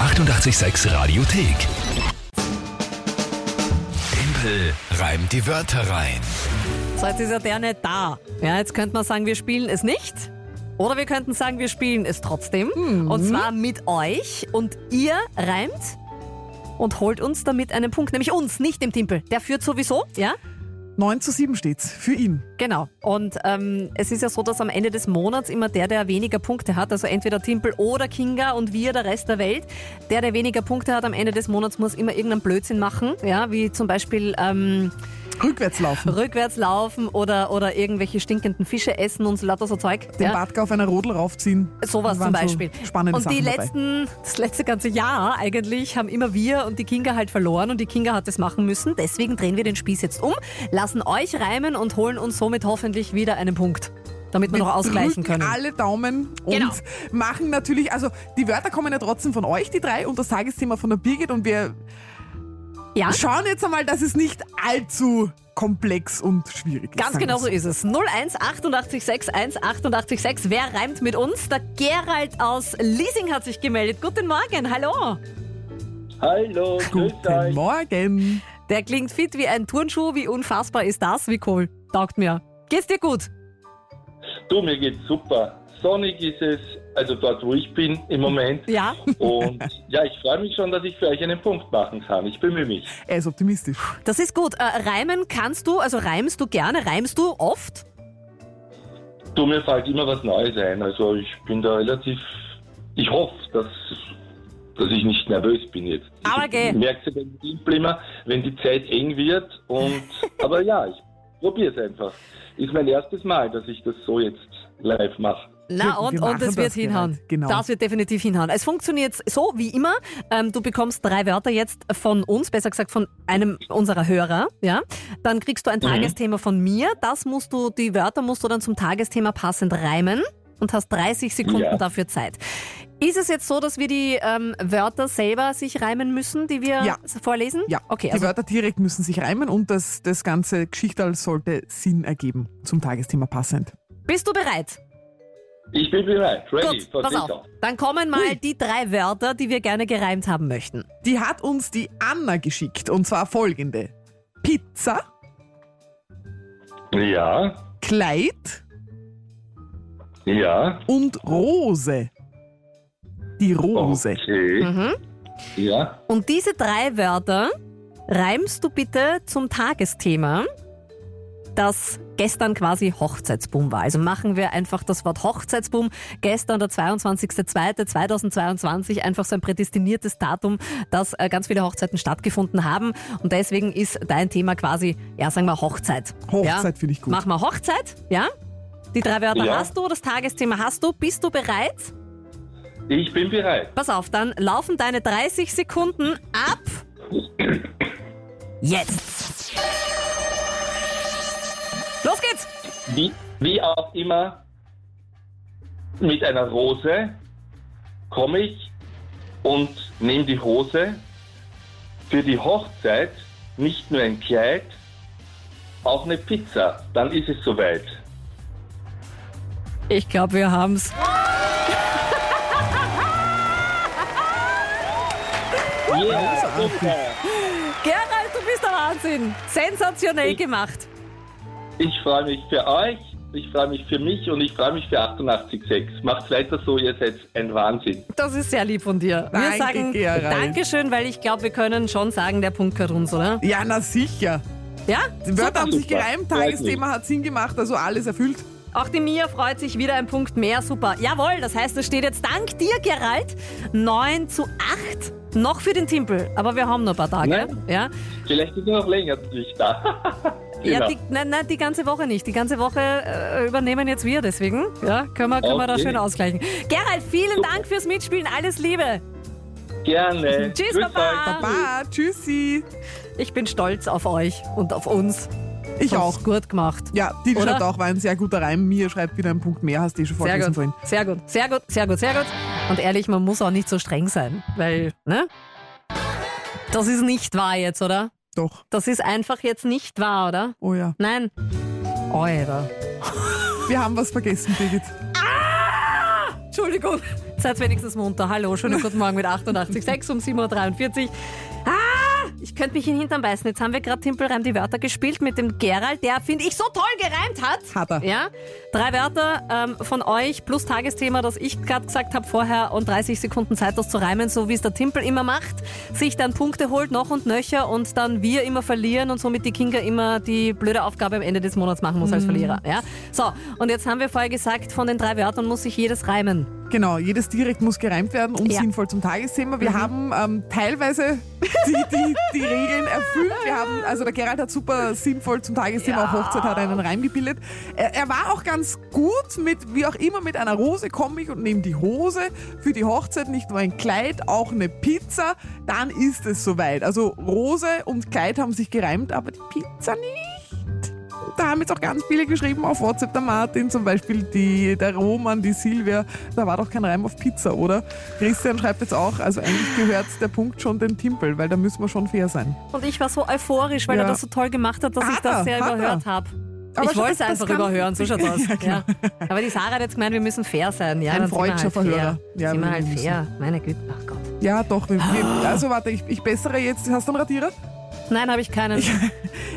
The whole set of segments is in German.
886 Radiothek. Tempel reimt die Wörter rein. So, jetzt ist ja der nicht da. Ja, jetzt könnte man sagen, wir spielen es nicht. Oder wir könnten sagen, wir spielen es trotzdem. Und zwar mit euch. Und ihr reimt und holt uns damit einen Punkt. Nämlich uns, nicht dem Timpel. Der führt sowieso, ja? 9 zu 7 steht's für ihn. Genau. Und ähm, es ist ja so, dass am Ende des Monats immer der, der weniger Punkte hat, also entweder Timpel oder Kinga und wir, der Rest der Welt, der, der weniger Punkte hat am Ende des Monats, muss immer irgendeinen Blödsinn machen. Ja, wie zum Beispiel ähm, Rückwärts laufen. rückwärts laufen oder, oder irgendwelche stinkenden Fische essen und so lauter so Zeug. Den ja. Bartke auf einer Rodel raufziehen. Sowas Das zum waren so Beispiel. spannende und die Sachen dabei. letzten, das letzte ganze Jahr eigentlich haben immer wir und die Kinga halt verloren und die Kinga hat es machen müssen. Deswegen drehen wir den Spieß jetzt um, lassen euch reimen und holen uns somit hoffentlich wieder einen Punkt, damit wir, noch ausgleichen drücken können. alle Daumen und Genau. machen natürlich, also die Wörter kommen ja trotzdem von euch, die drei, und das Tagesthema von der Birgit. Und wir Ja, schauen jetzt einmal, dass es nicht allzu komplex und schwierig ist. ganz sagen genau so wir's. ist es. 01886 18886. Wer reimt mit uns? Der Gerald aus Liesing hat sich gemeldet. Guten Morgen, hallo. Hallo, grüß Guten euch. Morgen. Der klingt fit wie ein Turnschuh. Wie unfassbar ist das? Wie cool. Taugt mir. Geht's dir gut? Du, mir geht's super. Sonnig ist es, also dort, wo ich bin im Moment. Ja. Und ja, ich freue mich schon, dass ich für euch einen Punkt machen kann. Ich bemühe mich. Er ist optimistisch. Das ist gut. Äh, reimen kannst du, also reimst du gerne, reimst du oft? Du, mir fällt immer was Neues ein. Also ich bin da relativ, ich hoffe, dass, dass ich nicht nervös bin jetzt. Aber geh. Ich merke es beim Timpel immer, wenn die Zeit eng wird. Und Aber ja, ich probiere es einfach. Ist mein erstes Mal, dass ich das so jetzt live mache. Na Wir- und, wir und machen es wird das, hinhauen. Gerald. Genau. Das wird definitiv hinhauen. Es funktioniert so wie immer. Ähm, du bekommst drei Wörter jetzt von uns, besser gesagt von einem unserer Hörer. Ja? Dann kriegst du Mhm. ein Tagesthema von mir. Das musst du, die Wörter musst du dann zum Tagesthema passend reimen und hast 30 Sekunden Ja. dafür Zeit. Ist es jetzt so, dass wir die ähm, Wörter selber sich reimen müssen, die wir Ja. vorlesen? Ja, Okay, die also Wörter direkt müssen sich reimen und das, das ganze Geschichtal sollte Sinn ergeben, zum Tagesthema passend. bist du bereit? Ich bin bereit. Ready. Gut, pass auf. Dann kommen mal Ui. die drei Wörter, die wir gerne gereimt haben möchten. Die hat uns die Anna geschickt und zwar folgende: Pizza, Ja, Kleid ja. und Rose. Die Rose. Okay. Mhm. Oh, Ja, Und diese drei Wörter reimst du bitte zum Tagesthema, das gestern quasi Hochzeitsboom war. Also machen wir einfach das Wort Hochzeitsboom. Gestern, der 22.02.2022, einfach so ein prädestiniertes Datum, dass äh, ganz viele Hochzeiten stattgefunden haben. Und deswegen ist dein Thema quasi, ja, sagen wir Hochzeit. Hochzeit ja? finde ich gut. Mach mal Hochzeit, ja? Die drei Wörter Ja. hast du, das Tagesthema hast du. Bist du bereit? ich bin bereit. Pass auf, dann laufen deine 30 Sekunden ab. Jetzt. Los geht's. Wie, wie auch immer, mit einer Rose komme ich und nehme die Rose für die Hochzeit, nicht nur ein Kleid, auch eine Pizza. Dann ist es soweit. Ich glaube, wir haben's. Yeah, super. Gerald, du bist der Wahnsinn. Sensationell gemacht. Ich freue mich für euch, ich freue mich für mich und ich freue mich für 88.6. Macht's weiter so, ihr seid ein Wahnsinn. Das ist sehr lieb von dir. wir Danke, sagen Gerald. Dankeschön, weil ich glaube, wir können schon sagen, der Punkt gehört uns, oder? Ja, na sicher. Ja? Die Wörter haben sich Super. gereimt, Freut mich. Tagesthema hat Sinn gemacht, also alles erfüllt. Auch die Mia freut sich wieder ein Punkt mehr. Super. Jawohl, das heißt, es steht jetzt dank dir, Gerald, 9 zu 8. Noch für den Timpel, aber wir haben noch ein paar Tage. Nein. Ja? Vielleicht ist er noch länger nicht da. Ja, Genau. die, nein, nein, die ganze Woche nicht. Die ganze Woche äh, übernehmen jetzt wir, deswegen ja, können, wir, können wir da Okay. schön ausgleichen. Gerald, vielen Dank fürs Mitspielen. Alles Liebe. Gerne. Tschüss, Grüß Baba. euch. Baba, tschüssi. Ich bin stolz auf euch und auf uns. Ich Habt's auch. Gut gemacht. Ja, die Oder? schreibt auch, war ein sehr guter Reim. Mir schreibt wieder einen Punkt mehr, hast du eh schon Sehr vorgelesen gut. vorhin. sehr gut, sehr gut, sehr gut, sehr gut. Und ehrlich, man muss auch nicht so streng sein, weil, ne? Das ist nicht wahr jetzt, oder? Doch. Das ist einfach jetzt nicht wahr, oder? Oh ja. Nein. Alter. Wir haben was vergessen, Birgit. Entschuldigung, Seid wenigstens munter. Hallo, schönen guten Morgen mit 88,6 um 7.43 Uhr. Ah, ich könnte mich in den Hintern beißen. Jetzt haben wir gerade Timpelreim die Wörter gespielt mit dem Gerald, der, finde ich, so toll gereimt hat. Hat er. Ja, drei Wörter ähm, von euch plus Tagesthema, das ich gerade gesagt habe vorher und 30 Sekunden Zeit, das zu reimen, so wie es der Timpel immer macht. Sich dann Punkte holt, noch und nöcher und dann wir immer verlieren und somit die Kinga immer die blöde Aufgabe am Ende des Monats machen muss als Verlierer. Ja? So, und jetzt haben wir vorher gesagt, von den drei Wörtern muss sich jedes reimen. Genau, jedes direkt muss gereimt werden und Ja. sinnvoll zum Tagesthema. Wir haben ähm, teilweise die, die, die Regeln erfüllt. Wir haben, also der Gerald hat super sinnvoll zum Tagesthema, auch Hochzeit hat er einen Reim gebildet. Er, er war auch ganz gut mit, wie auch immer, mit einer Rose komme ich und nehme die Hose. Für die Hochzeit nicht nur ein Kleid, auch eine Pizza. Dann ist es soweit. Also Rose und Kleid haben sich gereimt, aber die Pizza nicht. Da haben jetzt auch ganz viele geschrieben auf WhatsApp, der Martin zum Beispiel, die, der Roman, die Silvia. Da war doch kein Reim auf Pizza, oder? Christian schreibt jetzt auch, also eigentlich gehört der Punkt schon den Timpel, weil da müssen wir schon fair sein. Und ich war so euphorisch, weil Ja. er das so toll gemacht hat, dass Hat ich das er, sehr hat er. überhört habe. Aber Ich wollte es das- das einfach kann- überhören, so schaut aus. Ja, genau. ja. Aber die Sarah hat jetzt gemeint, wir müssen fair sein. Ja, Ein dann sind wir freudscher halt Verhörer. Fair. Ja, sind wir wir halt müssen. fair. Meine Güte, ach Gott. Ja, doch. Wir, wir, also warte, ich, ich bessere jetzt, hast du einen Radierer? Nein, habe ich keinen.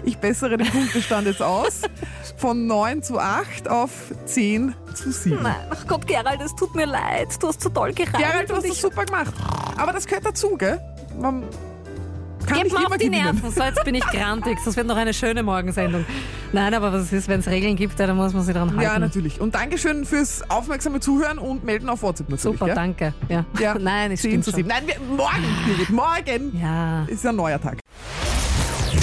Ich bessere den Punktestand jetzt aus von 9 zu 8 auf 10 zu 7. Nein, ach Gott, Gerald, es tut mir leid. Du hast so toll gereimt. Gerald, du und hast das ich super gemacht. Aber das gehört dazu, gell? Man kann Gib nicht mir immer auf die gewinnen. Nerven, so jetzt bin ich grantig. Das wird noch eine schöne Morgensendung. Nein, aber was es ist, wenn es Regeln gibt, ja, dann muss man sich dran halten. Ja, natürlich. Und Dankeschön fürs aufmerksame Zuhören und melden auf WhatsApp natürlich. Super, ja? danke. Ja. Ja, Nein, es 10 stimmt zu schon. 7. Nein, wir, morgen, Birgit, morgen Ja. ist ein neuer Tag.